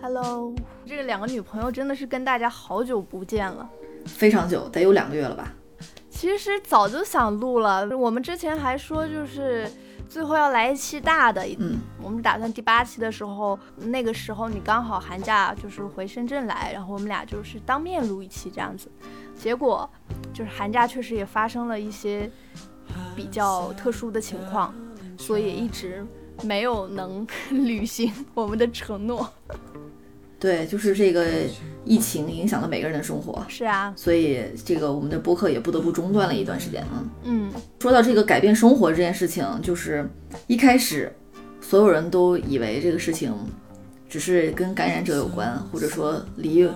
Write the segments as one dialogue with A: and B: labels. A: Hello，这两个女朋友真的是跟大家好久不见了。
B: 非常久，得有两个月了吧？
A: 其实早就想录了，我们之前还说就是最后要来一期大的，
B: 嗯，
A: 我们打算第八期的时候，那个时候你刚好寒假就是回深圳来，然后我们俩就是当面录一期这样子。结果就是寒假确实也发生了一些比较特殊的情况，所以一直没有能 履行我们的承诺。
B: 对，就是这个疫情影响了每个人的生活，
A: 是啊，
B: 所以这个我们的播客也不得不中断了一段时间。嗯，
A: 嗯，
B: 说到这个改变生活这件事情，就是一开始所有人都以为这个事情只是跟感染者有关，或者说离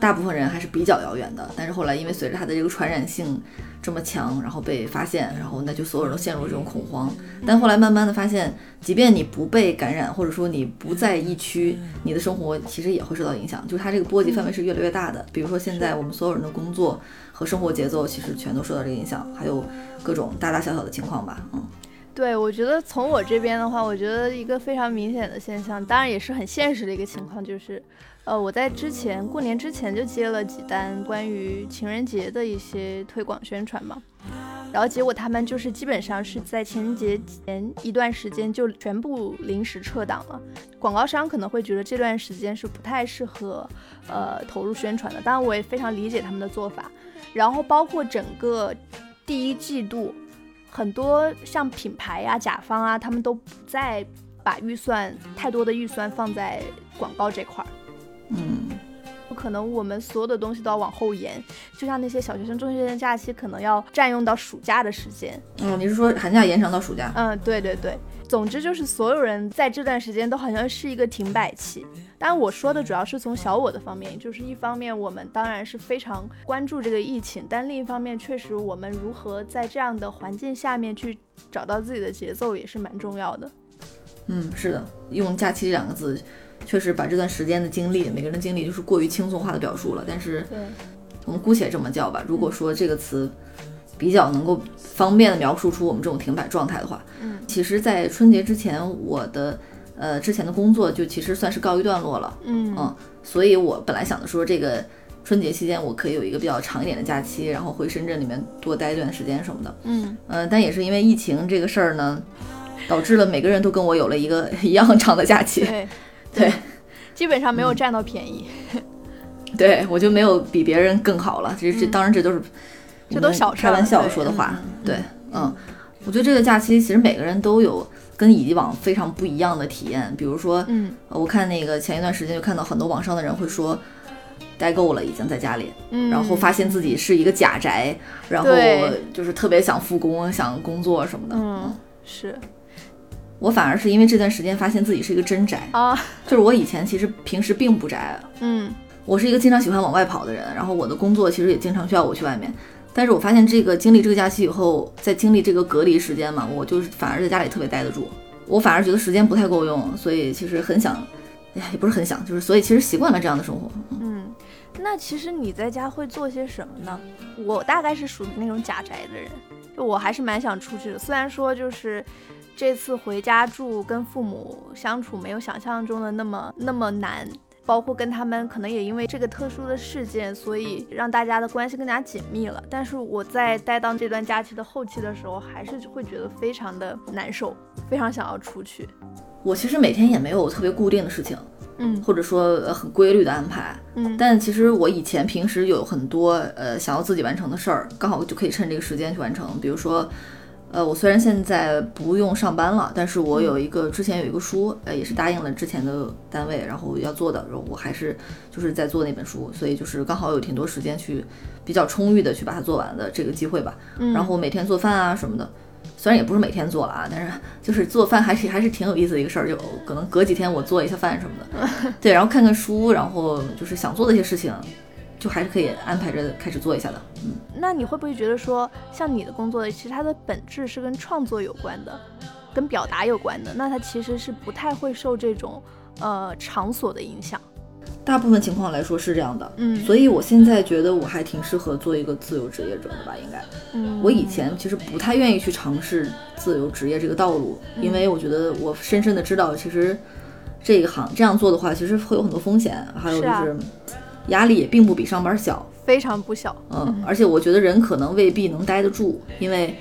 B: 大部分人还是比较遥远的。但是后来因为随着它的这个传染性这么强，然后被发现，然后那就所有人都陷入这种恐慌。但后来慢慢的发现，即便你不被感染，或者说你不在疫区，你的生活其实也会受到影响。就是它这个波及范围是越来越大的。比如说现在我们所有人的工作和生活节奏其实全都受到这个影响，还有各种大大小小的情况吧。嗯，
A: 对，我觉得从我这边的话，我觉得一个非常明显的现象，当然也是很现实的一个情况，就是，呃，我在之前过年之前就接了几单关于情人节的一些推广宣传嘛，然后结果他们就是基本上是在情人节前一段时间就全部临时撤档了，广告商可能会觉得这段时间是不太适合，呃，投入宣传的，当然我也非常理解他们的做法，然后包括整个第一季度，很多像品牌呀、甲方啊，他们都不再把预算太多的预算放在广告这块儿。
B: 嗯，
A: 可能我们所有的东西都要往后延，就像那些小学生、中学生假期，可能要占用到暑假的时间。
B: 哦，你是说寒假延长到暑假？
A: 嗯，对对对，总之就是所有人在这段时间都好像是一个停摆期。当然，我说的主要是从小我的方面，就是一方面我们当然是非常关注这个疫情，但另一方面确实我们如何在这样的环境下面去找到自己的节奏也是蛮重要的。
B: 嗯，是的，用“假期”这两个字，确实把这段时间的经历，每个人的经历就是过于轻松化的表述了。但是
A: 对，
B: 我们姑且这么叫吧。如果说这个词比较能够方便的描述出我们这种停摆状态的话，
A: 嗯，
B: 其实，在春节之前，我的呃之前的工作就其实算是告一段落了。
A: 嗯
B: 嗯，所以我本来想着说，这个春节期间我可以有一个比较长一点的假期，然后回深圳里面多待一段时间什么的。
A: 嗯，
B: 嗯，但也是因为疫情这个事儿呢，导致了每个人都跟我有了一个一样长的假期。
A: 对
B: 对，
A: 基本上没有占到便宜，
B: 对我就没有比别人更好了。这这
A: 嗯
B: 当然这都是
A: 这都小
B: 我们
A: 事儿
B: 开玩笑
A: 对
B: 说的话。
A: 嗯
B: 对，嗯，我觉得这个假期其实每个人都有跟以往非常不一样的体验。比如说，
A: 嗯
B: 呃我看那个前一段时间就看到很多网上的人会说。待够了，已经在家里，
A: 嗯，
B: 然后发现自己是一个假宅，然后
A: 对
B: 就是特别想复工、想工作什么的。
A: 嗯是
B: 我反而是因为这段时间发现自己是一个真宅，
A: 啊，
B: 就是我以前其实平时并不宅，
A: 嗯
B: 我是一个经常喜欢往外跑的人，然后我的工作其实也经常需要我去外面。但是我发现这个经历这个假期以后，在经历这个隔离时间嘛，我就是反而在家里特别待得住，我反而觉得时间不太够用，所以其实很想，哎呀，也不是很想，就是所以其实习惯了这样的生活。
A: 嗯，那其实你在家会做些什么呢？我大概是属于那种假宅的人，就我还是蛮想出去的。虽然说就是这次回家住，跟父母相处没有想象中的那么那么难，包括跟他们可能也因为这个特殊的事件，所以让大家的关系更加紧密了。但是我在待到这段假期的后期的时候，还是会觉得非常的难受，非常想要出去。
B: 我其实每天也没有特别固定的事情，
A: 嗯
B: 或者说呃很规律的安排。
A: 嗯
B: 但其实我以前平时有很多呃想要自己完成的事儿，刚好就可以趁这个时间去完成。比如说，呃，我虽然现在不用上班了，但是
A: 嗯
B: 我有一个之前有一个书，呃，也是答应了之前的单位，然后要做的，然后我还是就是在做那本书，所以就是刚好有挺多时间去比较充裕的去把它做完的这个机会吧。
A: 嗯
B: 然后每天做饭啊什么的。虽然也不是每天做了啊，但是就是做饭还是还是挺有意思的一个事儿，就可能隔几天我做一下饭什么的，对，然后看看书，然后就是想做的一些事情，就还是可以安排着开始做一下的。
A: 那你会不会觉得说，像你的工作，其实它的本质是跟创作有关的，跟表达有关的，那它其实是不太会受这种呃场所的影响。
B: 大部分情况来说是这样的，
A: 嗯
B: 所以我现在觉得我还挺适合做一个自由职业者的吧，应该。
A: 嗯
B: 我以前其实不太愿意
A: 嗯
B: 去尝试自由职业这个道路，因为我觉得我深深的知道，其实这一行这样做的话，其实会有很多风险，还有
A: 是
B: 就
A: 啊
B: 是压力也并不比上班小。
A: 非常不小。
B: 嗯，而且我觉得人可能未必能待得住，因为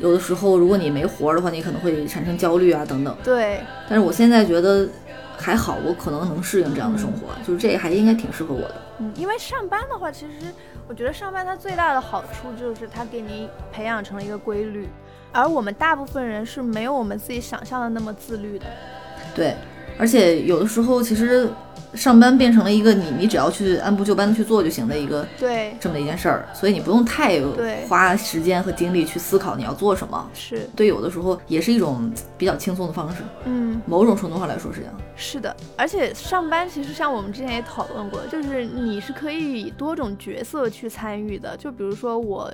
B: 有的时候如果你没活儿的话，你可能会产生焦虑啊等等。
A: 对，
B: 但是我现在觉得还好，我可能能适应这样的生活，就是这还应该挺适合我的。
A: 嗯，因为上班的话，其实我觉得上班它最大的好处就是它给你培养成了一个规律，而我们大部分人是没有我们自己想象的那么自律的。
B: 对，而且有的时候其实上班变成了一个你你只要去按部就班的去做就行的一个
A: 对，
B: 这么一件事儿，所以你不用太
A: 对
B: 花时间和精力去思考你要做什么。
A: 是，
B: 对，有的时候也是一种比较轻松的方式，
A: 嗯，
B: 某种程度上来说是这样。
A: 是的。而且上班其实像我们之前也讨论过，就是你是可以以多种角色去参与的。就比如说我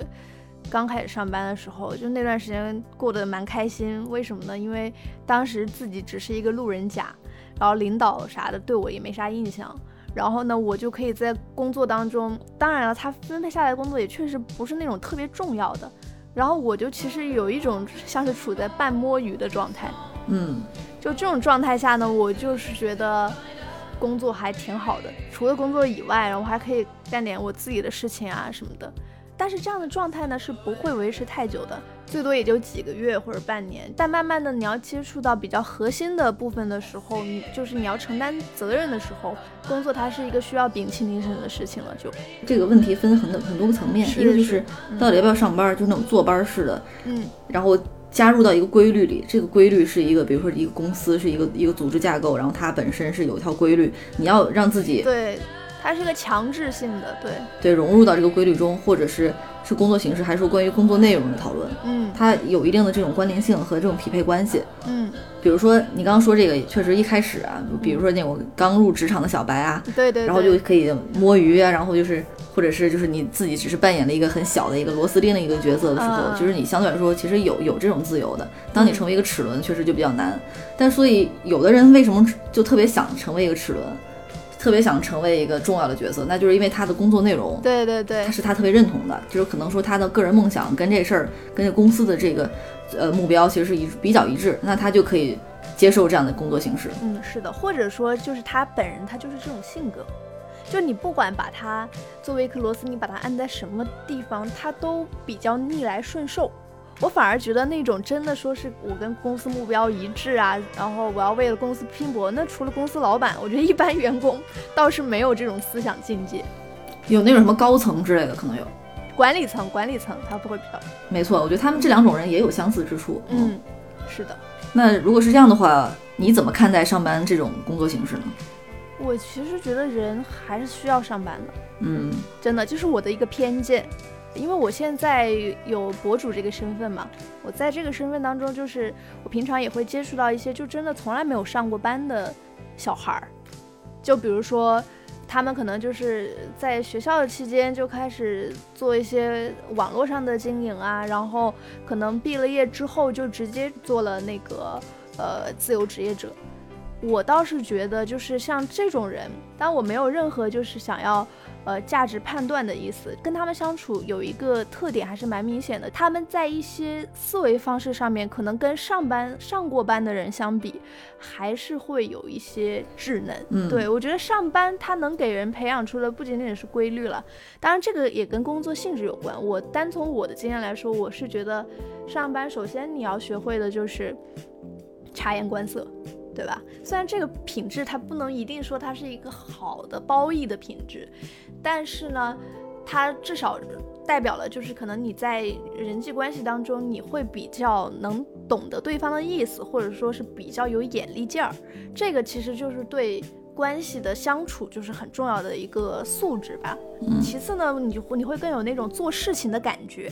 A: 刚开始上班的时候，就那段时间过得蛮开心，为什么呢？因为当时自己只是一个路人甲，然后领导啥的对我也没啥印象。然后呢，我就可以在工作当中，当然了，他分配下来的工作也确实不是那种特别重要的。然后我就其实有一种像是处在半摸鱼的状态，
B: 嗯，
A: 就这种状态下呢，我就是觉得工作还挺好的，除了工作以外，然后还可以干点我自己的事情啊什么的。但是这样的状态呢是不会维持太久的，最多也就几个月或者半年。但慢慢的，你要接触到比较核心的部分的时候，你就是你要承担责任的时候，工作它是一个需要摒弃精神的事情了，就
B: 这个问题分很多很多个层面，
A: 是
B: 一个就是是到底要不要上班，就是那种坐班式的，
A: 嗯
B: 然后加入到一个规律里。这个规律是一个，比如说一个公司是一个一个组织架构，然后它本身是有一套规律，你要让自己
A: 对，它是一个强制性的，对，
B: 对融入到这个规律中，或者是是工作形式，还是关于工作内容的讨论，
A: 嗯
B: 它有一定的这种关联性和这种匹配关系。
A: 嗯，
B: 比如说你刚刚说这个，确实一开始啊，比如说那种刚入职场的小白啊，
A: 对对对，
B: 然后就可以摸鱼啊，然后就是或者是就是你自己只是扮演了一个很小的一个螺丝钉的一个角色的时候，
A: 嗯
B: 就是你相对来说其实有有这种自由的。当你
A: 嗯
B: 成为一个齿轮，确实就比较难。但所以有的人为什么就特别想成为一个齿轮，特别想成为一个重要的角色，那就是因为他的工作内容。
A: 对对对
B: 他，是他特别认同的，就是可能说他的个人梦想跟这事儿跟这公司的这个呃目标其实是一比较一致，那他就可以接受这样的工作形式。
A: 嗯，是的，或者说就是他本人，他就是这种性格，就你不管把他作为一颗螺丝，你把它按在什么地方，他都比较逆来顺受。我反而觉得那种真的说是我跟公司目标一致啊，然后我要为了公司拼搏，那除了公司老板，我觉得一般员工倒是没有这种思想境界。
B: 有那种什么高层之类的，可能有。
A: 管理层，管理层他不会比较，
B: 没错，我觉得他们这两种人也有相似之处。，
A: 嗯，是的。
B: 那如果是这样的话，你怎么看待上班这种工作形式呢？
A: 我其实觉得人还是需要上班的。
B: 嗯
A: 真的，这是我的一个偏见，因为我现在呃有博主这个身份嘛，我在这个身份当中，就是我平常也会接触到一些就真的从来没有上过班的小孩儿，就比如说。他们可能就是在学校的期间就开始做一些网络上的经营啊，然后可能毕了业之后就直接做了那个呃自由职业者。我倒是觉得，就是像这种人，但我没有任何就是想要呃价值判断的意思。跟他们相处有一个特点还是蛮明显的，他们在一些思维方式上面，可能跟上班上过班的人相比，还是会有一些稚嫩。
B: 嗯
A: 对我觉得上班它能给人培养出的不仅仅是规律了，当然这个也跟工作性质有关。我单从我的经验来说，我是觉得上班首先你要学会的就是察言观色。对吧？虽然这个品质它不能一定说它是一个好的褒义的品质，但是呢，它至少代表了就是可能你在人际关系当中，你会比较能懂得对方的意思，或者说是比较有眼力劲儿。这个其实就是对关系的相处就是很重要的一个素质吧。
B: 嗯
A: 其次呢，你就会你会更有那种做事情的感觉。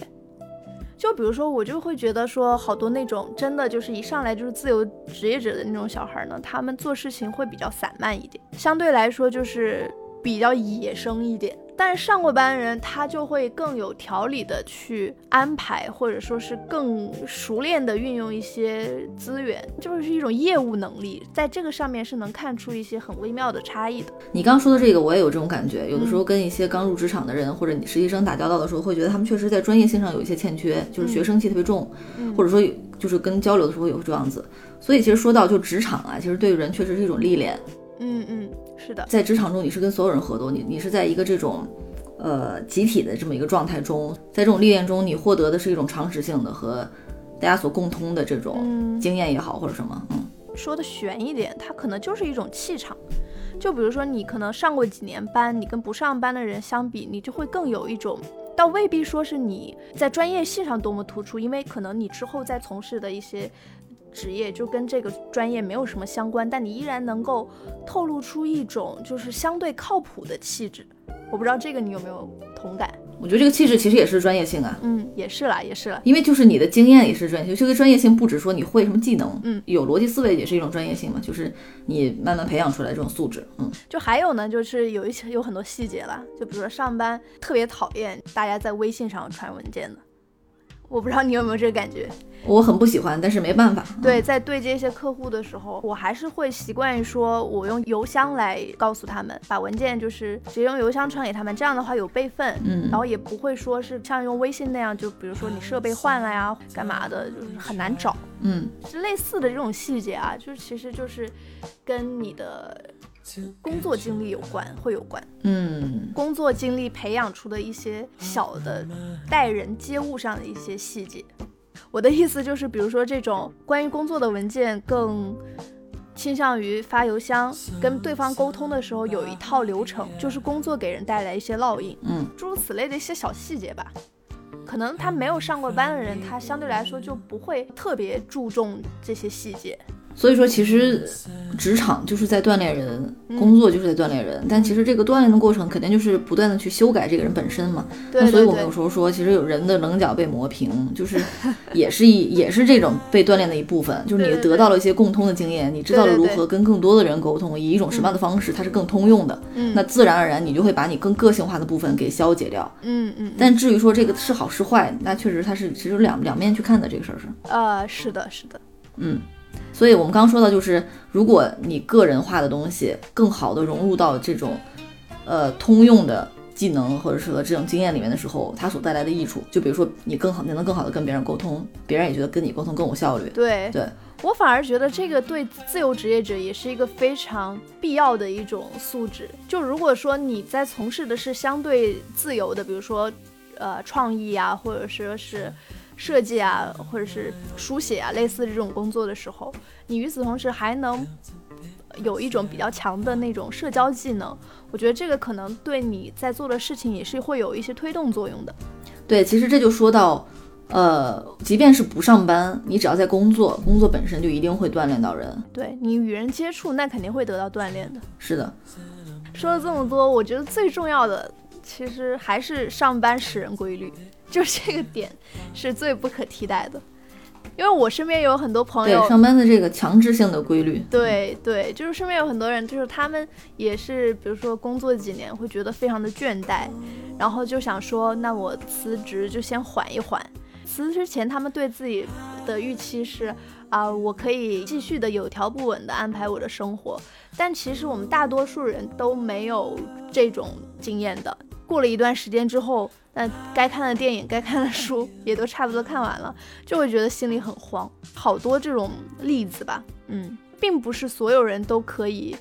A: 就比如说，我就会觉得说，好多那种真的就是一上来就是自由职业者的那种小孩儿呢，他们做事情会比较散漫一点，相对来说就是比较野生一点。但是上过班的人，他就会更有条理的去安排，或者说是更熟练的运用一些资源，就是一种业务能力，在这个上面是能看出一些很微妙的差异的。
B: 你刚刚说的这个，我也有这种感觉。有的时候跟一些刚入职场的人、或者你实习生打交道的时候，会觉得他们确实在专业性上有一些欠缺，就是学生气特别重，
A: 嗯
B: 或者说有就是跟交流的时候也会这样子。所以其实说到就职场啊，其实对人确实是一种历练。
A: 嗯嗯，是的，
B: 在职场中，你是跟所有人合作，你你是在一个这种呃集体的这么一个状态中，在这种历练中，你获得的是一种常识性的和大家所共通的这种
A: 嗯
B: 经验也好，或者什么，嗯。
A: 说的悬一点，它可能就是一种气场。就比如说你可能上过几年班，你跟不上班的人相比，你就会更有一种，倒未必说是你在专业性上多么突出，因为可能你之后在从事的一些职业就跟这个专业没有什么相关，但你依然能够透露出一种就是相对靠谱的气质。我不知道这个你有没有同感？
B: 我觉得这个气质其实也是专业性啊，
A: 嗯，也是啦，也是啦。
B: 因为就是你的经验也是专业性。这个专业性不只说你会什么技能，
A: 嗯，
B: 有逻辑思维也是一种专业性嘛，就是你慢慢培养出来这种素质，嗯，
A: 就还有呢，就是有一些有很多细节啦，就比如说上班特别讨厌大家在微信上传文件的，我不知道你有没有这个感觉。
B: 我很不喜欢，但是没办法，嗯，
A: 对，在对接一些客户的时候，我还是会习惯于说我用邮箱来告诉他们，把文件就是直接用邮箱传给他们，这样的话有备份。
B: 嗯
A: 然，后也不会说是像用微信那样，就比如说你设备换了呀，干嘛的，就是很难找。
B: 嗯，
A: 就类似的这种细节啊，就是其实就是跟你的工作经历有关，会有关。
B: 嗯，
A: 工作经历培养出的一些小的待人接物上的一些细节。我的意思就是，比如说这种关于工作的文件更。倾向于发邮箱，跟对方沟通的时候有一套流程，就是工作给人带来一些烙印，
B: 嗯，
A: 诸如此类的一些小细节吧。可能他没有上过班的人，他相对来说就不会特别注重这些细节。
B: 所以说，其实职场就是在锻炼人，
A: 嗯
B: 工作就是在锻炼人。但其实这个锻炼的过程，肯定就是不断的去修改这个人本身嘛。
A: 对
B: 嗯那所以
A: 对
B: 我们
A: 对
B: 有，时候说，其实有人的棱角被磨平，就是也是一也是这种被锻炼的一部分。就是
A: 对
B: 你
A: 对对
B: 得到了一些共通的经验，你知道了
A: 对对
B: 如
A: 对
B: 何跟更多的人沟通，以一种什么样的方式，它是更通用的。
A: 嗯
B: 那自然而然，你就会把你更个性化的部分给消解掉。
A: 嗯嗯，
B: 但至于说这个是好是坏，那确实它是其实两两面去看的这个事儿是。
A: 呃，是的，是的，
B: 嗯，所以我们刚刚说到，就是如果你个人化的东西更好的融入到这种呃通用的技能或者说这种经验里面的时候，它所带来的益处，就比如说你更好，你能更好的跟别人沟通，别人也觉得跟你沟通更有效率。
A: 对
B: 对，
A: 我反而觉得这个对自由职业者也是一个非常必要的一种素质。就如果说你在从事的是相对自由的，比如说，呃，创意啊，或者说是设计啊，或者是书写啊，类似这种工作的时候，你与此同时还能有一种比较强的那种社交技能，我觉得这个可能对你在做的事情也是会有一些推动作用的。
B: 对，其实这就说到，呃，即便是不上班，你只要在工作，工作本身就一定会锻炼到人。
A: 对你与人接触，那肯定会得到锻炼的。
B: 是的，
A: 说了这么多，我觉得最重要的其实还是上班使人规律，就这个点是最不可替代的。因为我身边有很多朋
B: 对
A: 友，
B: 上班的这个强制性的规律，
A: 对对，就是身边有很多人，就是他们也是，比如说工作几年会觉得非常的倦怠，然后就想说，那我辞职就先缓一缓。辞职前，他们对自己的预期是啊、我可以继续的有条不紊的安排我的生活。但其实我们大多数人都没有这种经验的。过了一段时间之后，那该看的电影、该看的书也都差不多看完了，就会觉得心里很慌。好多这种例子吧，嗯，并不是所有人都可以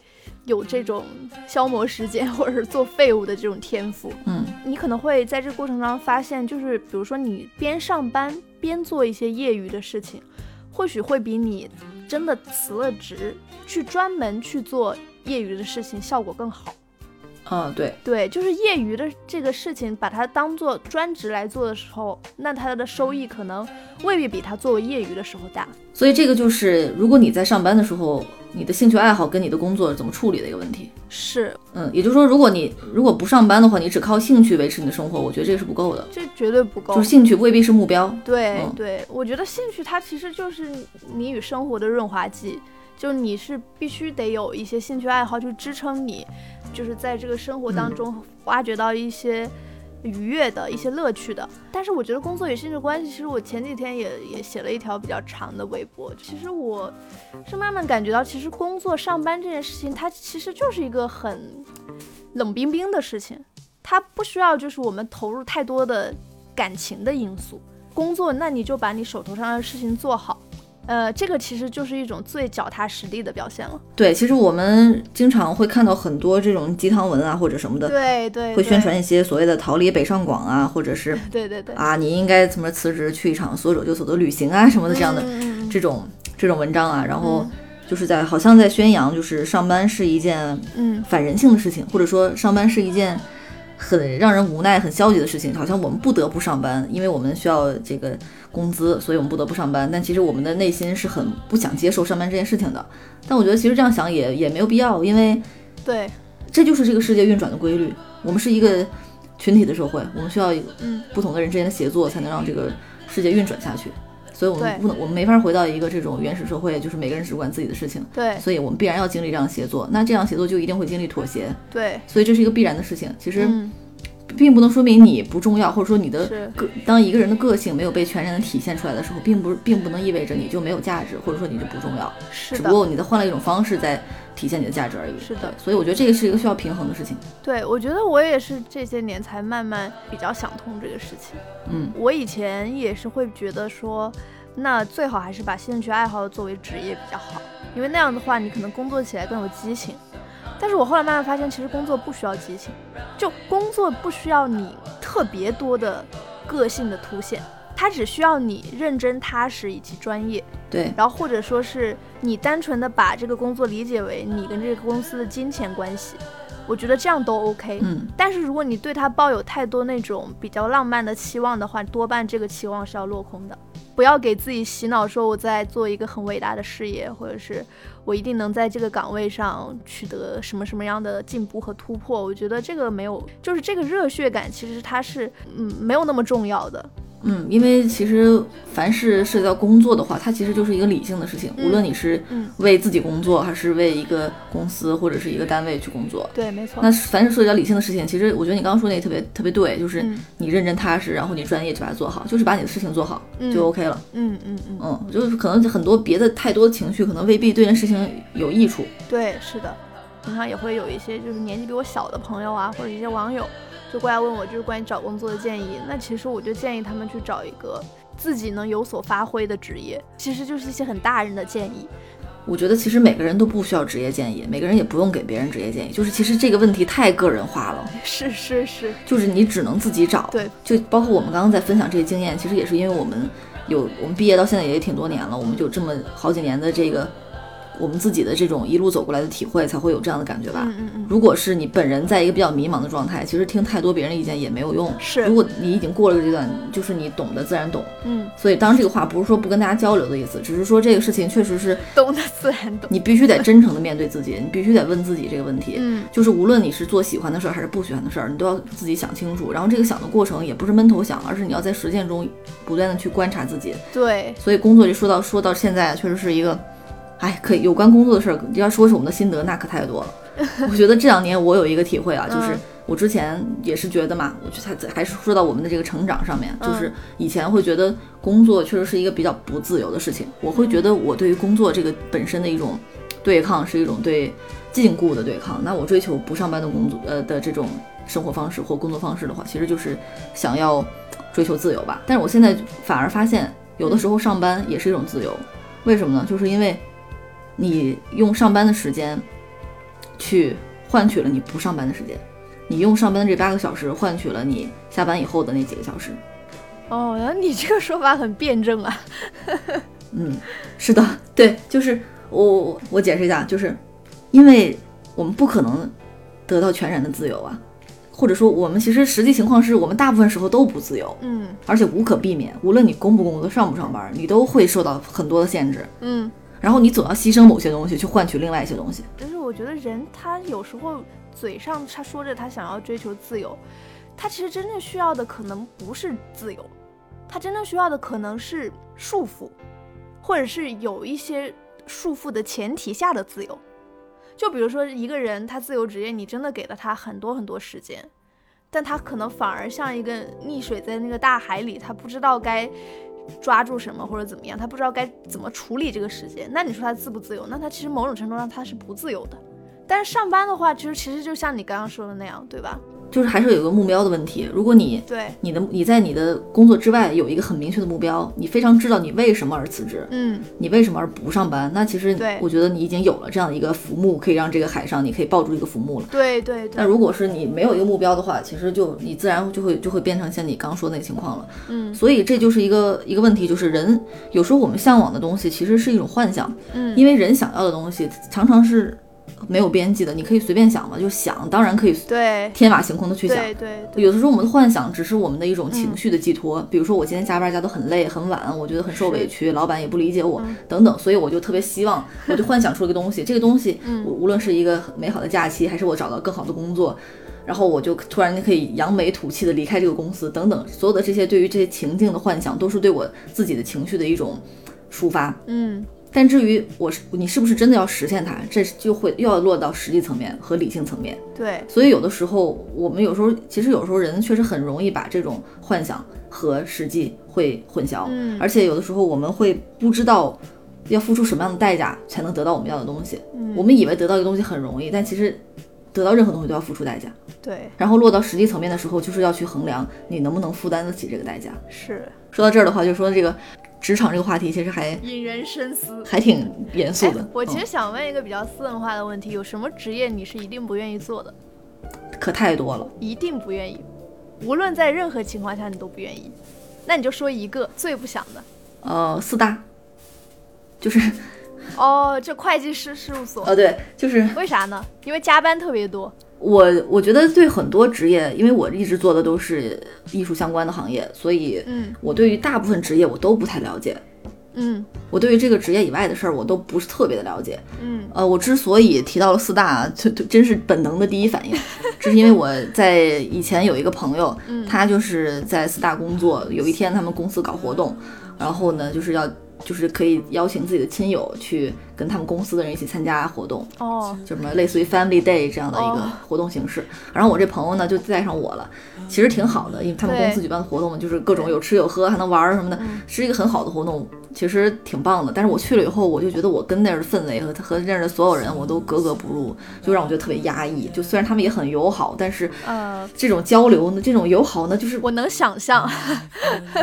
A: 有这种消磨时间 或者是做废物的这种天赋。
B: 嗯，
A: 你可能会在这过程中发现，就是比如说你边上班边做一些业余的事情，或许会比你真的辞了职去专门去做业余的事情效果更好。
B: 啊，对，
A: 对，就是业余的这个事情，把它当做专职来做的时候，那它的收益可能未必比它作为业余的时候大。
B: 所以这个就是如果你在上班的时候，你的兴趣爱好跟你的工作怎么处理的一个问题。
A: 是，
B: 嗯，也就是说，如果你如果不上班的话，你只靠兴趣维持你的生活，我觉得这个是不够的。
A: 这绝对不够。
B: 就是兴趣未必是目标。
A: 对、
B: 嗯
A: 对，我觉得兴趣它其实就是你与生活的润滑剂，就你是必须得有一些兴趣爱好去支撑你，就是在这个生活当中挖掘到一些愉悦的、一些乐趣的。但是我觉得工作与兴趣关系，其实我前几天也也写了一条比较长的微博。其实我是慢慢感觉到，其实工作上班这件事情，它其实就是一个很冷冰冰的事情，它不需要就是我们投入太多的感情的因素。工作，那你就把你手头上的事情做好，呃，这个其实就是一种最脚踏实地的表现了。
B: 对，其实我们经常会看到很多这种鸡汤文啊或者什么的，
A: 对对，
B: 会宣传一些所谓的逃离北上广啊，或者是
A: 对。对对对，
B: 啊你应该什么辞职去一场所有者所的旅行啊什么的这样的、
A: 嗯
B: 这种这种文章啊，然后
A: 嗯
B: 就是在好像在宣扬就是上班是一件
A: 嗯，
B: 反人性的事情，或者说上班是一件很让人无奈、很消极的事情，好像我们不得不上班，因为我们需要这个工资，所以我们不得不上班。但其实我们的内心是很不想接受上班这件事情的。但我觉得其实这样想也也没有必要，因为
A: 对，
B: 这就是这个世界运转的规律。我们是一个群体的社会，我们需要一个
A: 嗯
B: 不同的人之间的协作，才能让这个世界运转下去。所以我们
A: 对
B: 不能，我们没法回到一个这种原始社会，就是每个人只管自己的事情。
A: 对
B: 所以我们必然要经历这样的协作，那这样协作就一定会经历妥协，
A: 对，
B: 所以这是一个必然的事情。其实
A: 嗯
B: 并不能说明你不重要，或者说你的
A: 是
B: 个当一个人的个性没有被全然的体现出来的时候，并不并不能意味着你就没有价值，或者说你就不重要，
A: 是
B: 只
A: 的
B: 不。过你的换了一种方式在体现你的价值而已。
A: 是的
B: 对所以我觉得这个是一个需要平衡的事情。
A: 对，我觉得我也是这些年才慢慢比较想通这个事情。
B: 嗯，
A: 我以前也是会觉得说，那最好还是把兴趣爱好作为职业比较好，因为那样的话你可能工作起来更有激情。但是我后来慢慢发现，其实工作不需要激情，就工作不需要你特别多的个性的凸显，它只需要你认真踏实以及专业。
B: 对
A: 然后或者说是你单纯的把这个工作理解为你跟这个公司的金钱关系，我觉得这样都 OK。
B: 嗯，
A: 但是如果你对它抱有太多那种比较浪漫的期望的话，多半这个期望是要落空的。不要给自己洗脑，说我在做一个很伟大的事业，或者是我一定能在这个岗位上取得什么什么样的进步和突破。我觉得这个没有，就是这个热血感，其实它是嗯没有那么重要的。
B: 嗯，因为其实凡是涉及到工作的话，它其实就是一个理性的事情，
A: 嗯
B: 无论你是
A: 嗯
B: 为自己工作，还是为一个公司或者是一个单位去工作。
A: 对，没错
B: 那。凡是涉及到理性的事情，其实我觉得你刚刚说那个特别特别对，就是
A: 嗯
B: 你认真踏实，然后你专业去把它做好，就是把你的事情做好、
A: 嗯
B: 就 OK 了。
A: 嗯嗯嗯，
B: 嗯，就是可能很多别的太多的情绪，可能未必对这件事情有益处。
A: 对，是的，平常也会有一些就是年纪比我小的朋友啊，或者一些网友，就过来问我就是关于找工作的建议。那其实我就建议他们去找一个自己能有所发挥的职业，其实就是一些很大人的建议。
B: 我觉得其实每个人都不需要职业建议，每个人也不用给别人职业建议。就是其实这个问题太个人化了，
A: 是是是，
B: 就是你只能自己找。
A: 对，
B: 就包括我们刚刚在分享这些经验，其实也是因为我们有我们毕业到现在也挺多年了，我们就这么好几年的这个我们自己的这种一路走过来的体会，才会有这样的感觉吧。
A: 嗯嗯嗯，
B: 如果是你本人在一个比较迷茫的状态，其实听太多别人的意见也没有用。
A: 是
B: 如果你已经过了这个阶段，就是你懂的自然懂。
A: 嗯，
B: 所以当然这个话不是说不跟大家交流的意思，只是说这个事情确实是
A: 懂的自然懂。
B: 你必须得真诚的面对自己，你必须得问自己这个问题。
A: 嗯，
B: 就是无论你是做喜欢的事儿还是不喜欢的事儿，你都要自己想清楚。然后这个想的过程也不是闷头想，而是你要在实践中不断的去观察自己。
A: 对，
B: 所以工作就说到说到现在，啊确实是一个，哎，可以有关工作的事儿，要说是我们的心得，那可太多了。 我觉得这两年我有一个体会啊，就是
A: 嗯
B: 我之前也是觉得嘛，我就才还是说到我们的这个成长上面，就是以前会觉得工作确实是一个比较不自由的事情，我会觉得我对于工作这个本身的一种对抗是一种对禁锢的对抗。那我追求不上班的工作，呃的这种生活方式或工作方式的话，其实就是想要追求自由吧。但是我现在反而发现，有的时候上班也是一种自由。为什么呢？就是因为你用上班的时间去换取了你不上班的时间，你用上班的这八个小时换取了你下班以后的那几个小时。
A: 哦，然后你这个说法很辩证啊。
B: 嗯，是的，对，就是我我我解释一下，就是因为我们不可能得到全然的自由啊，或者说我们其实实际情况是我们大部分时候都不自由，
A: 嗯
B: 而且无可避免，无论你工不工作、上不上班，你都会受到很多的限制，
A: 嗯，
B: 然后你总要牺牲某些东西去换取另外一些东西。
A: 就是我觉得人他有时候嘴上他说着他想要追求自由，他其实真正需要的可能不是自由，他真正需要的可能是束缚，或者是有一些束缚的前提下的自由。就比如说一个人他自由职业，你真的给了他很多很多时间，但他可能反而像一个溺水在那个大海里，他不知道该抓住什么或者怎么样，他不知道该怎么处理这个时间。那你说他自不自由？那他其实某种程度上他是不自由的。但是上班的话，其实其实就像你刚刚说的那样，对吧？
B: 就是还是有一个目标的问题。如果你
A: 对，
B: 你的你在你的工作之外有一个很明确的目标，你非常知道你为什么而辞职，
A: 嗯，
B: 你为什么而不上班，那其实
A: 对
B: 我觉得你已经有了这样一个浮木，可以让这个海上你可以抱住一个浮木了。
A: 对对
B: 那
A: 对，
B: 如果是你没有一个目标的话，其实就你自然就会就会变成像你刚说的那情况了。
A: 嗯
B: 所以这就是一个一个问题，就是人有时候我们向往的东西其实是一种幻想，
A: 嗯，
B: 因为人想要的东西常常是没有边际的，你可以随便想嘛，就想，当然可以
A: 对
B: 天马行空的去想。
A: 对对对，嗯
B: 有的时候我们的幻想只是我们的一种情绪的寄托，比如说我今天加班加得很累很晚，我觉得很受委屈，老板也不理解我、
A: 嗯
B: 等等，所以我就特别希望， 我就幻想出了一个东西，这个东西，
A: 嗯
B: 我无论是一个美好的假期，还是我找到更好的工作，然后我就突然可以扬眉吐气的离开这个公司，等等，所有的这些对于这些情境的幻想，都是对我自己的情绪的一种抒发。
A: 嗯
B: 但至于我是你是不是真的要实现它，这就会又要落到实际层面和理性层面。
A: 对，
B: 所以有的时候，我们有时候其实有时候人确实很容易把这种幻想和实际会混淆，
A: 嗯
B: 而且有的时候我们会不知道要付出什么样的代价才能得到我们要的东西。
A: 嗯
B: 我们以为得到一个东西很容易，但其实得到任何东西都要付出代价。
A: 对
B: 然后落到实际层面的时候，就是要去衡量你能不能负担得起这个代价。
A: 是
B: 说到这儿的话，就说这个职场这个话题其实还
A: 引人深思。
B: 还挺严肃
A: 哎
B: 的。，
A: 我其实
B: 嗯
A: 想问一个比较私人化的问题，有什么职业你是一定不愿意做的？
B: 嗯可太多了。
A: 一定不愿意，无论在任何情况下你都不愿意。那你就说一个最不想的
B: 呃，四大，就是
A: 哦，这会计师事务所，
B: 呃，对，就是
A: 为啥呢？因为加班特别多。
B: 我我觉得对很多职业，因为我一直做的都是艺术相关的行业，所以
A: 嗯
B: 我对于大部分职业我都不太了解。
A: 嗯
B: 我对于这个职业以外的事儿，我都不是特别的了解。
A: 嗯
B: 呃，我之所以提到了四大，这这真是本能的第一反应，这是因为我在以前有一个朋友，他就是在四大工作。有一天他们公司搞活动，然后呢，就是要就是可以邀请自己的亲友去跟他们公司的人一起参加活动，
A: 哦
B: 就什么类似于 Family Day 这样的一个
A: 哦
B: 活动形式。然后我这朋友呢就带上我了，其实挺好的，因为他们公司举办的活动嘛，就是各种有吃有喝，还能玩儿什么的，是一个很好的活动，其实挺棒的。但是我去了以后，我就觉得我跟那儿的氛围和和认识的所有人我都格格不入，就让我觉得特别压抑。就虽然他们也很友好，但是
A: 呃，
B: 这种交流呢，这种友好呢，就是
A: 我能想象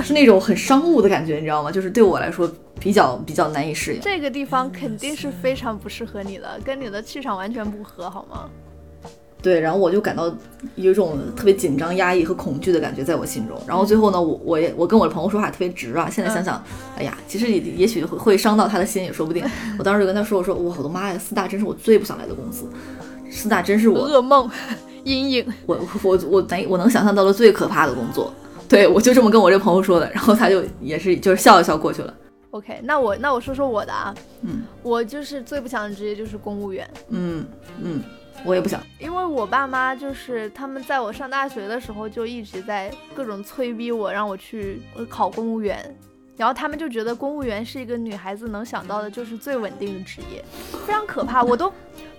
B: 是那种很商务的感觉，你知道吗？就是对我来说比较比较难以适应。
A: 这个地方肯定是非常不适合你的，跟你的气场完全不合，好吗？
B: 对，然后我就感到有一种特别紧张、压抑和恐惧的感觉在我心中。然后最后呢，我我也我跟我的朋友说话特别直啊。
A: 嗯
B: 现在想想，哎呀，其实也也许会会伤到他的心，也说 不定。我当时就跟他说：“我说哇我的妈呀，四大真是我最不想来的公司，四大真是 我
A: 噩梦，阴影。
B: 我我我难我能想象到的最可怕的工作。”对，我就这么跟我这朋友说的，然后他就也是就是笑一笑过去了。
A: OK，那我那我说说我的啊，
B: 嗯
A: 我就是最不想的职业就是公务员。
B: 嗯嗯，我也不想。
A: 因为我爸妈就是他们在我上大学的时候就一直在各种催逼我，让我去呃考公务员。然后他们就觉得公务员是一个女孩子能想到的，就是最稳定的职业，非常可怕。我都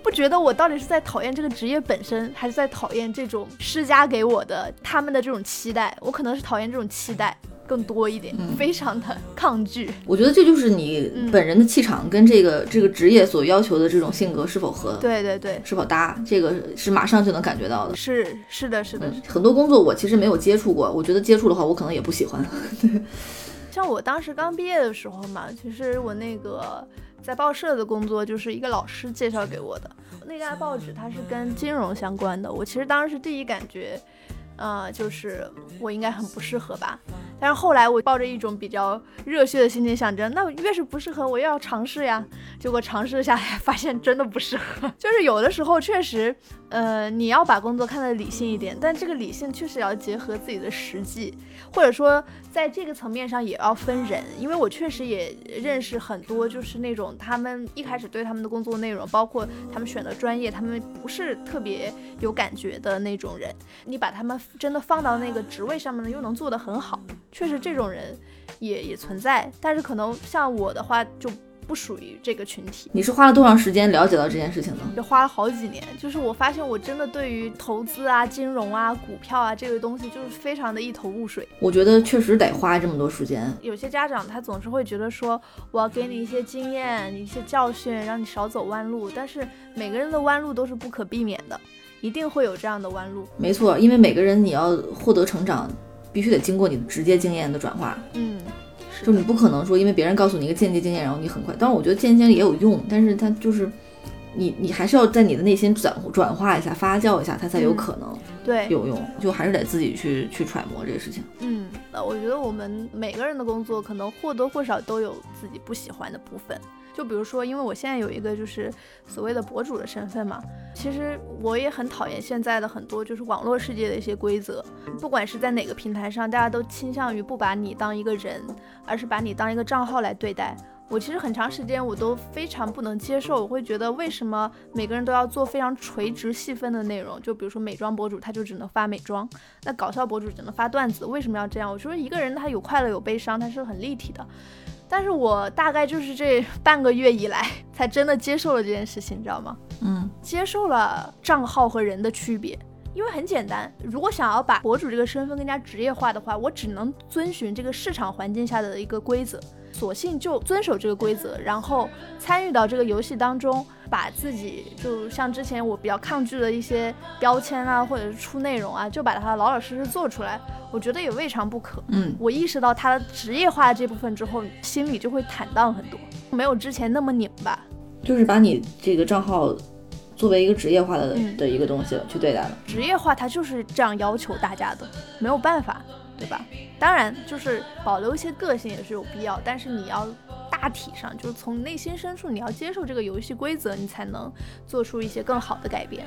A: 不觉得我到底是在讨厌这个职业本身，还是在讨厌这种施加给我的他们的这种期待。我可能是讨厌这种期待更多一点，非常的抗拒。
B: 我觉得这就是你
A: 嗯
B: 本人的气场跟这个、这个职业所要求的这种性格是否合
A: 对对对，
B: 是否搭，这个是马上就能感觉到的。
A: 是是的，是的，
B: 嗯，很多工作我其实没有接触过，我觉得接触的话，我可能也不喜欢。
A: 像我当时刚毕业的时候嘛，其实我那个在报社的工作就是一个老师介绍给我的。那家报纸它是跟金融相关的，我其实当时第一感觉，呃，就是我应该很不适合吧。但是后来我抱着一种比较热血的心情，想着那我越是不适合，我越要尝试呀。结果尝试下来，发现真的不适合。 就是有的时候确实，呃，你要把工作看得理性一点，但这个理性确实也要结合自己的实际，或者说在这个层面上也要分人，因为我确实也认识很多，就是那种他们一开始对他们的工作内容，包括他们选的专业，他们不是特别有感觉的那种人。你把他们真的放到那个职位上面呢，又能做得很好，确实这种人也也存在。但是可能像我的话，就不属于这个群体。
B: 你是花了多长时间了解到这件事情呢？
A: 就花了好几年，就是我发现我真的对于投资啊、金融啊、股票啊这个东西，就是非常的一头雾水。
B: 我觉得确实得花这么多时间。
A: 有些家长他总是会觉得说，我要给你一些经验、一些教训，让你少走弯路。但是每个人的弯路都是不可避免的，一定会有这样的弯路。
B: 没错，因为每个人你要获得成长，必须得经过你直接经验的转化。
A: 嗯，
B: 就你不可能说，因为别人告诉你一个间接经验，然后你很快。当然，我觉得间接经验也有用，但是它就是你，你还是要在你的内心转转化一下、发酵一下，它才有可能
A: 对，
B: 有用。就还是得自己去去揣摩这个事情。
A: 嗯，呃我觉得我们每个人的工作可能或多或少都有自己不喜欢的部分。就比如说，因为我现在有一个就是所谓的博主的身份嘛，其实我也很讨厌现在的很多就是网络世界的一些规则，不管是在哪个平台上，大家都倾向于不把你当一个人，而是把你当一个账号来对待。我其实很长时间我都非常不能接受，我会觉得为什么每个人都要做非常垂直细分的内容？就比如说美妆博主，他就只能发美妆，那搞笑博主只能发段子，为什么要这样？我说一个人他有快乐有悲伤，他是很立体的。但是我大概就是这半个月以来， 才真的接受了这件事情，你知道吗？
B: 嗯，
A: 接受了账号和人的区别，因为很简单，如果想要把博主这个身份更加职业化的话，我只能遵循这个市场环境下的一个规则，索性就遵守这个规则，然后参与到这个游戏当中，把自己就像之前我比较抗拒的一些标签啊，或者是出内容啊，就把它老老实实做出来，我觉得也未尝不可。
B: 嗯，
A: 我意识到它职业化这部分之后，心里就会坦荡很多，没有之前那么拧巴。
B: 就是把你这个账号作为一个职业化的、
A: 嗯
B: 的一个东西去对待了。
A: 职业化它就是这样要求大家的，没有办法，对吧？当然，就是保留一些个性也是有必要，但是你要大体上就是从内心深处你要接受这个游戏规则，你才能做出一些更好的改变。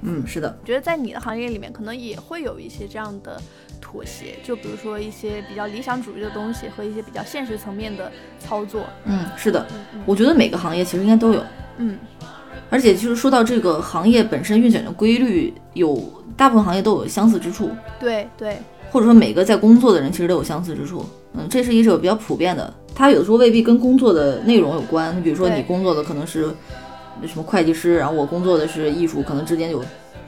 B: 嗯，是的，
A: 我觉得在你的行业里面，可能也会有一些这样的妥协，就比如说一些比较理想主义的东西和一些比较现实层面的操作。
B: 嗯，是的。
A: 嗯嗯
B: 我觉得每个行业其实应该都有。
A: 嗯，
B: 而且就是说到这个行业本身运转的规律，有大部分行业都有相似之处，
A: 对对，
B: 或者说每个在工作的人其实都有相似之处。嗯，这是一种比较普遍的，它有的时候未必跟工作的内容有关。你比如说
A: 对
B: 你工作的可能是什么会计师，然后我工作的是艺术，可能之间有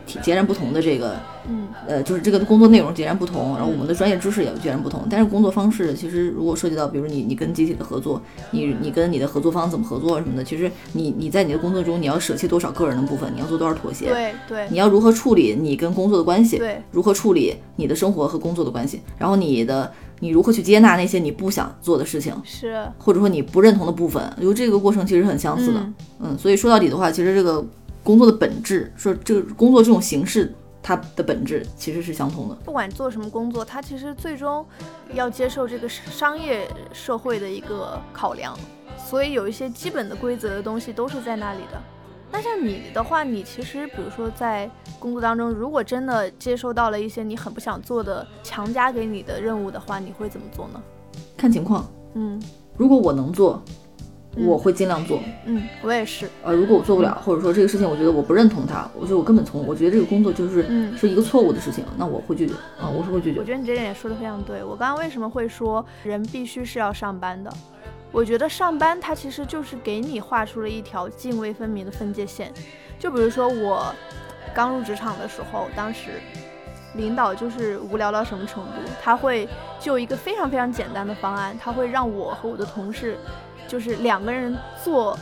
B: 挺截然不同的这个
A: 嗯
B: 呃，就是这个工作内容截然不同，然后我们的专业知识也截然不同，但是工作方式其实如果涉及到，比如你你跟集体的合作，你你跟你的合作方怎么合作什么的，其实你你在你的工作中你要舍弃多少个人的部分，你要做多少妥协，
A: 对对
B: 你要如何处理你跟工作的关系，
A: 对
B: 如何处理你的生活和工作的关系，然后你的你如何去接纳那些你不想做的事情，
A: 是，
B: 或者说你不认同的部分，因为这个过程其实很相似的。
A: 嗯
B: 嗯，所以说到底的话，其实这个工作的本质，说这个工作这种形式，它的本质其实是相通的。
A: 不管做什么工作，他其实最终要接受这个商业社会的一个考量，所以有一些基本的规则的东西都是在那里的。那像你的话，你其实比如说在工作当中，如果真的接收到了一些你很不想做的强加给你的任务的话，你会怎么做呢？
B: 看情况，
A: 嗯
B: 如果我能做，
A: 嗯
B: 我会尽量做。
A: 嗯，我也是，
B: 呃，如果我做不了，或者说这个事情我觉得我不认同它，我觉得我根本从，我觉得这个工作就是、
A: 嗯
B: 是一个错误的事情，那我会拒绝啊、我是会拒绝
A: 我。觉得你这点也说的非常对。我刚刚为什么会说人必须是要上班的？我觉得上班它其实就是给你画出了一条泾渭分明的分界线。就比如说我刚入职场的时候，当时领导就是无聊到什么程度，他会就一个非常非常简单的方案，他会让我和我的同事就是两个人做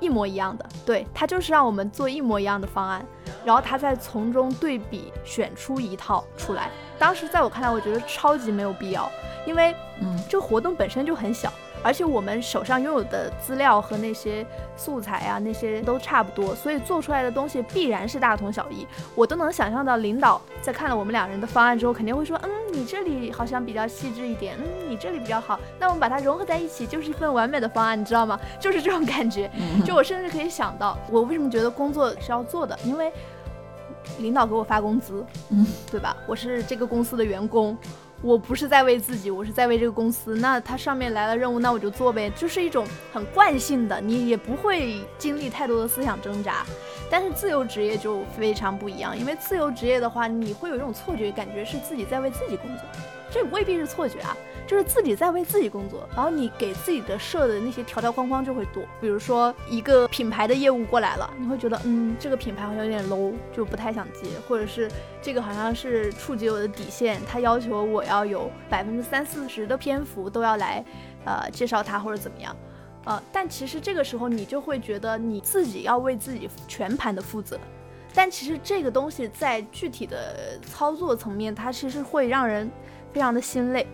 A: 一模一样的，对他就是让我们做一模一样的方案，然后他再从中对比选出一套出来。当时在我看来，我觉得超级没有必要，因为
B: 嗯，
A: 这个活动本身就很小，而且我们手上拥有的资料和那些素材啊，那些都差不多，所以做出来的东西必然是大同小异。我都能想象到，领导在看了我们两人的方案之后，肯定会说，嗯，你这里好像比较细致一点，嗯，你这里比较好，那我们把它融合在一起，就是一份完美的方案，你知道吗？就是这种感觉。
B: 嗯
A: 就我甚至可以想到，我为什么觉得工作是要做的，因为领导给我发工资，
B: 嗯，
A: 对吧？我是这个公司的员工，我不是在为自己，我是在为这个公司。那他上面来了任务，那我就做呗，就是一种很惯性的，你也不会经历太多的思想挣扎。但是自由职业就非常不一样，因为自由职业的话，你会有一种错觉，感觉是自己在为自己工作，这未必是错觉啊。就是自己在为自己工作，然后你给自己的设的那些条条框框就会多。比如说一个品牌的业务过来了，你会觉得嗯，这个品牌好像有点 low，就不太想接，或者是这个好像是触及我的底线，他要求我要有百分之三四十的篇幅都要来呃介绍他或者怎么样。呃，但其实这个时候你就会觉得你自己要为自己全盘的负责，但其实这个东西在具体的操作层面，它其实会让人非常的心累。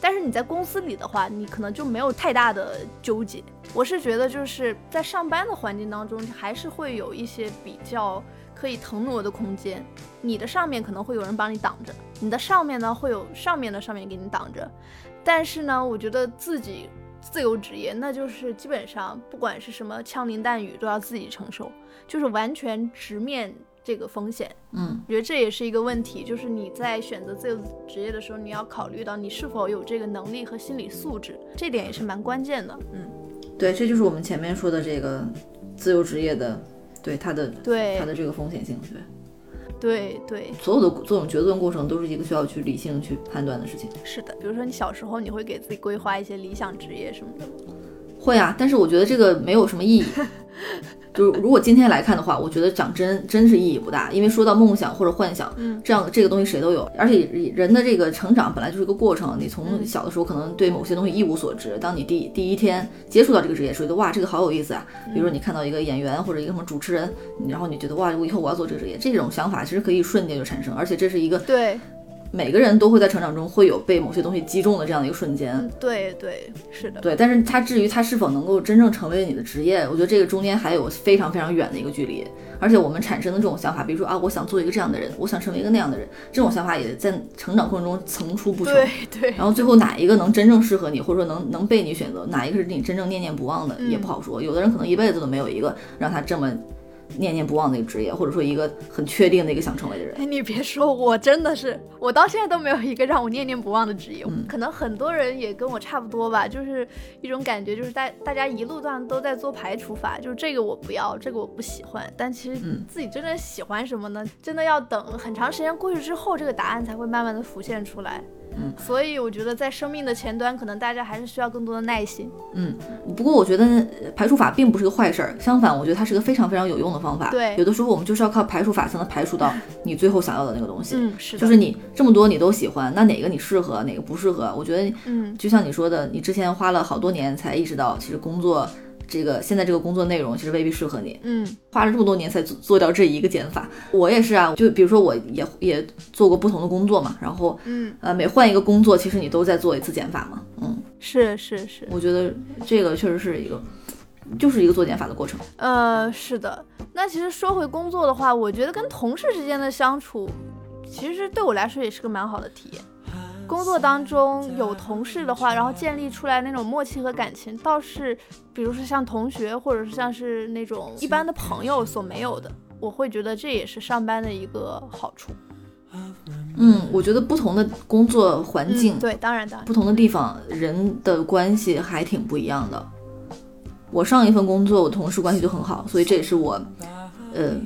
A: 但是你在公司里的话，你可能就没有太大的纠结。我是觉得就是在上班的环境当中，还是会有一些比较可以腾挪的空间。你的上面可能会有人帮你挡着，你的上面呢会有上面的上面给你挡着。但是呢，我觉得自己自由职业，那就是基本上不管是什么枪林弹雨都要自己承受，就是完全直面这个风险。
B: 嗯，
A: 我觉得这也是一个问题，就是你在选择自由职业的时候，你要考虑到你是否有这个能力和心理素质，这点也是蛮关键的。嗯，
B: 对，这就是我们前面说的这个自由职业的，对它的
A: 对
B: 它的这个风险性，对，
A: 对对，
B: 所有的这种决断过程都是一个需要去理性去判断的事情。
A: 是的。比如说你小时候，你会给自己规划一些理想职业什么的吗。
B: 会啊，但是我觉得这个没有什么意 义。就是如果今天来看的话，我觉得讲真真是意义不大，因为说到梦想或者幻想，
A: 嗯
B: 这样这个东西谁都有，而且人的这个成长本来就是一个过程。你从
A: 嗯
B: 小的时候可能对某些东西一无所知，当你第第一天接触到这个职业，觉得哇这个好有意思啊。
A: 嗯
B: 比如说你看到一个演员或者一个什么主持人，然后你觉得哇我以后我要做这个职业，这种想法其实可以瞬间就产生，而且这是一个
A: 对，
B: 每个人都会在成长中会有被某些东西击中的这样的一个瞬间。
A: 嗯，对对，是的，
B: 对，但是它至于它是否能够真正成为你的职业，我觉得这个中间还有非常非常远的一个距离。而且我们产生的这种想法，比如说啊，我想做一个这样的人，我想成为一个那样的人，这种想法也在成长过程中层出不穷。
A: 对对
B: 然后最后哪一个能真正适合你，或者说能能被你选择，哪一个是你真正念念不忘的，也不好说。有的人可能一辈子都没有一个让他这么念念不忘的一个职业，或者说一个很确定的一个想成为的人。
A: 哎，你别说，我真的是，我到现在都没有一个让我念念不忘的职业。
B: 嗯
A: 可能很多人也跟我差不多吧，就是一种感觉，就是大大家一路上都在做排除法，就是这个我不要，这个我不喜欢。但其实
B: 嗯
A: 自己真正喜欢什么呢？真的要等很长时间过去之后，这个答案才会慢慢的浮现出来。
B: 嗯，
A: 所以我觉得在生命的前端，可能大家还是需要更多的耐心。
B: 不过我觉得呃排除法并不是个坏事儿，相反，我觉得它是个非常非常有用的方法。
A: 对
B: 有的时候我们就是要靠排除法才能排除到你最后想要的那个东西。
A: 嗯，是的，
B: 就是你这么多你都喜欢，那哪个你适合，哪个不适合？我觉得
A: 嗯，
B: 就像你说的，你之前花了好多年才意识到，其实工作这个现在这个工作内容其实未必适合你。
A: 嗯
B: 花了这么多年才做做掉这一个减法，我也是啊，就比如说我也也做过不同的工作嘛，然后
A: 嗯，
B: 呃每换一个工作，其实你都在做一次减法嘛，嗯。
A: 是是是。
B: 我觉得这个确实是一个，就是一个做减法的过程。
A: 呃，是的。那其实说回工作的话，我觉得跟同事之间的相处，其实对我来说也是个蛮好的体验。工作当中有同事的话，然后建立出来那种默契和感情，倒是比如说像同学，或者是像是那种一般的朋友所没有的，我会觉得这也是上班的一个好处。
B: 嗯，我觉得不同的工作环境、
A: 嗯，对，当然当然，
B: 不同的地方，人的关系还挺不一样的。我上一份工作，我同事关系就很好，所以这也是我，呃，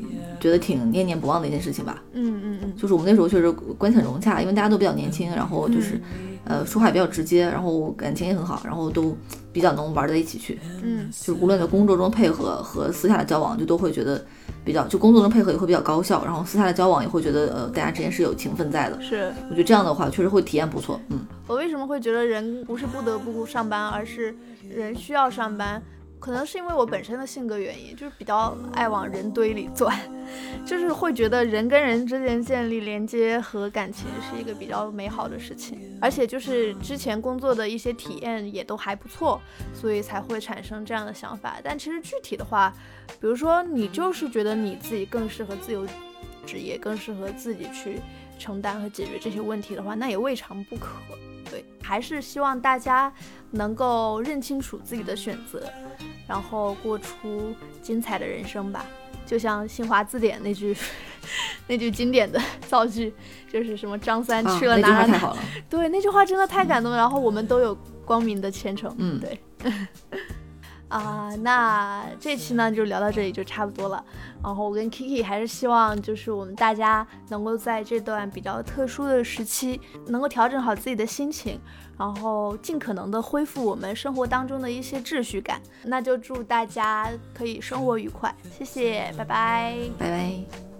B: 觉得挺念念不忘的一件事情吧。
A: 嗯嗯嗯，
B: 就是我们那时候确实关系很融洽，因为大家都比较年轻，然后就是，
A: 嗯
B: 呃，说话也比较直接，然后感情也很好，然后都比较能玩在一起去。
A: 嗯
B: 就是无论在工作中配合和私下的交往，就都会觉得比较，就工作中配合也会比较高效，然后私下的交往也会觉得呃，大家之间是有情分在的。
A: 是。
B: 我觉得这样的话确实会体验不错，嗯，
A: 我为什么会觉得人不是不得不上班，而是人需要上班？可能是因为我本身的性格原因，就是比较爱往人堆里钻， 就是会觉得人跟人之间建立连接和感情是一个比较美好的事情，而且就是之前工作的一些体验也都还不错，所以才会产生这样的想法。但其实具体的话，比如说你就是觉得你自己更适合自由职业，更适合自己去承担和解决这些问题的话，那也未尝不可。对，还是希望大家能够认清楚自己的选择，然后过出精彩的人生吧。就像新华字典那句 那句经典的造句，就是什么张三
B: 啊，
A: 去了
B: 那句
A: 哪哪
B: 话太
A: 哪，
B: 好了，
A: 对，那句话真的太感动了。然后我们都有光明的前程。
B: 嗯，
A: 对啊、那这期呢就聊到这里就差不多了。然后我跟 Kiki 还是希望就是我们大家能够在这段比较特殊的时期，能够调整好自己的心情，然后尽可能的恢复我们生活当中的一些秩序感。那就祝大家可以生活愉快，谢谢，拜拜。
B: 拜拜。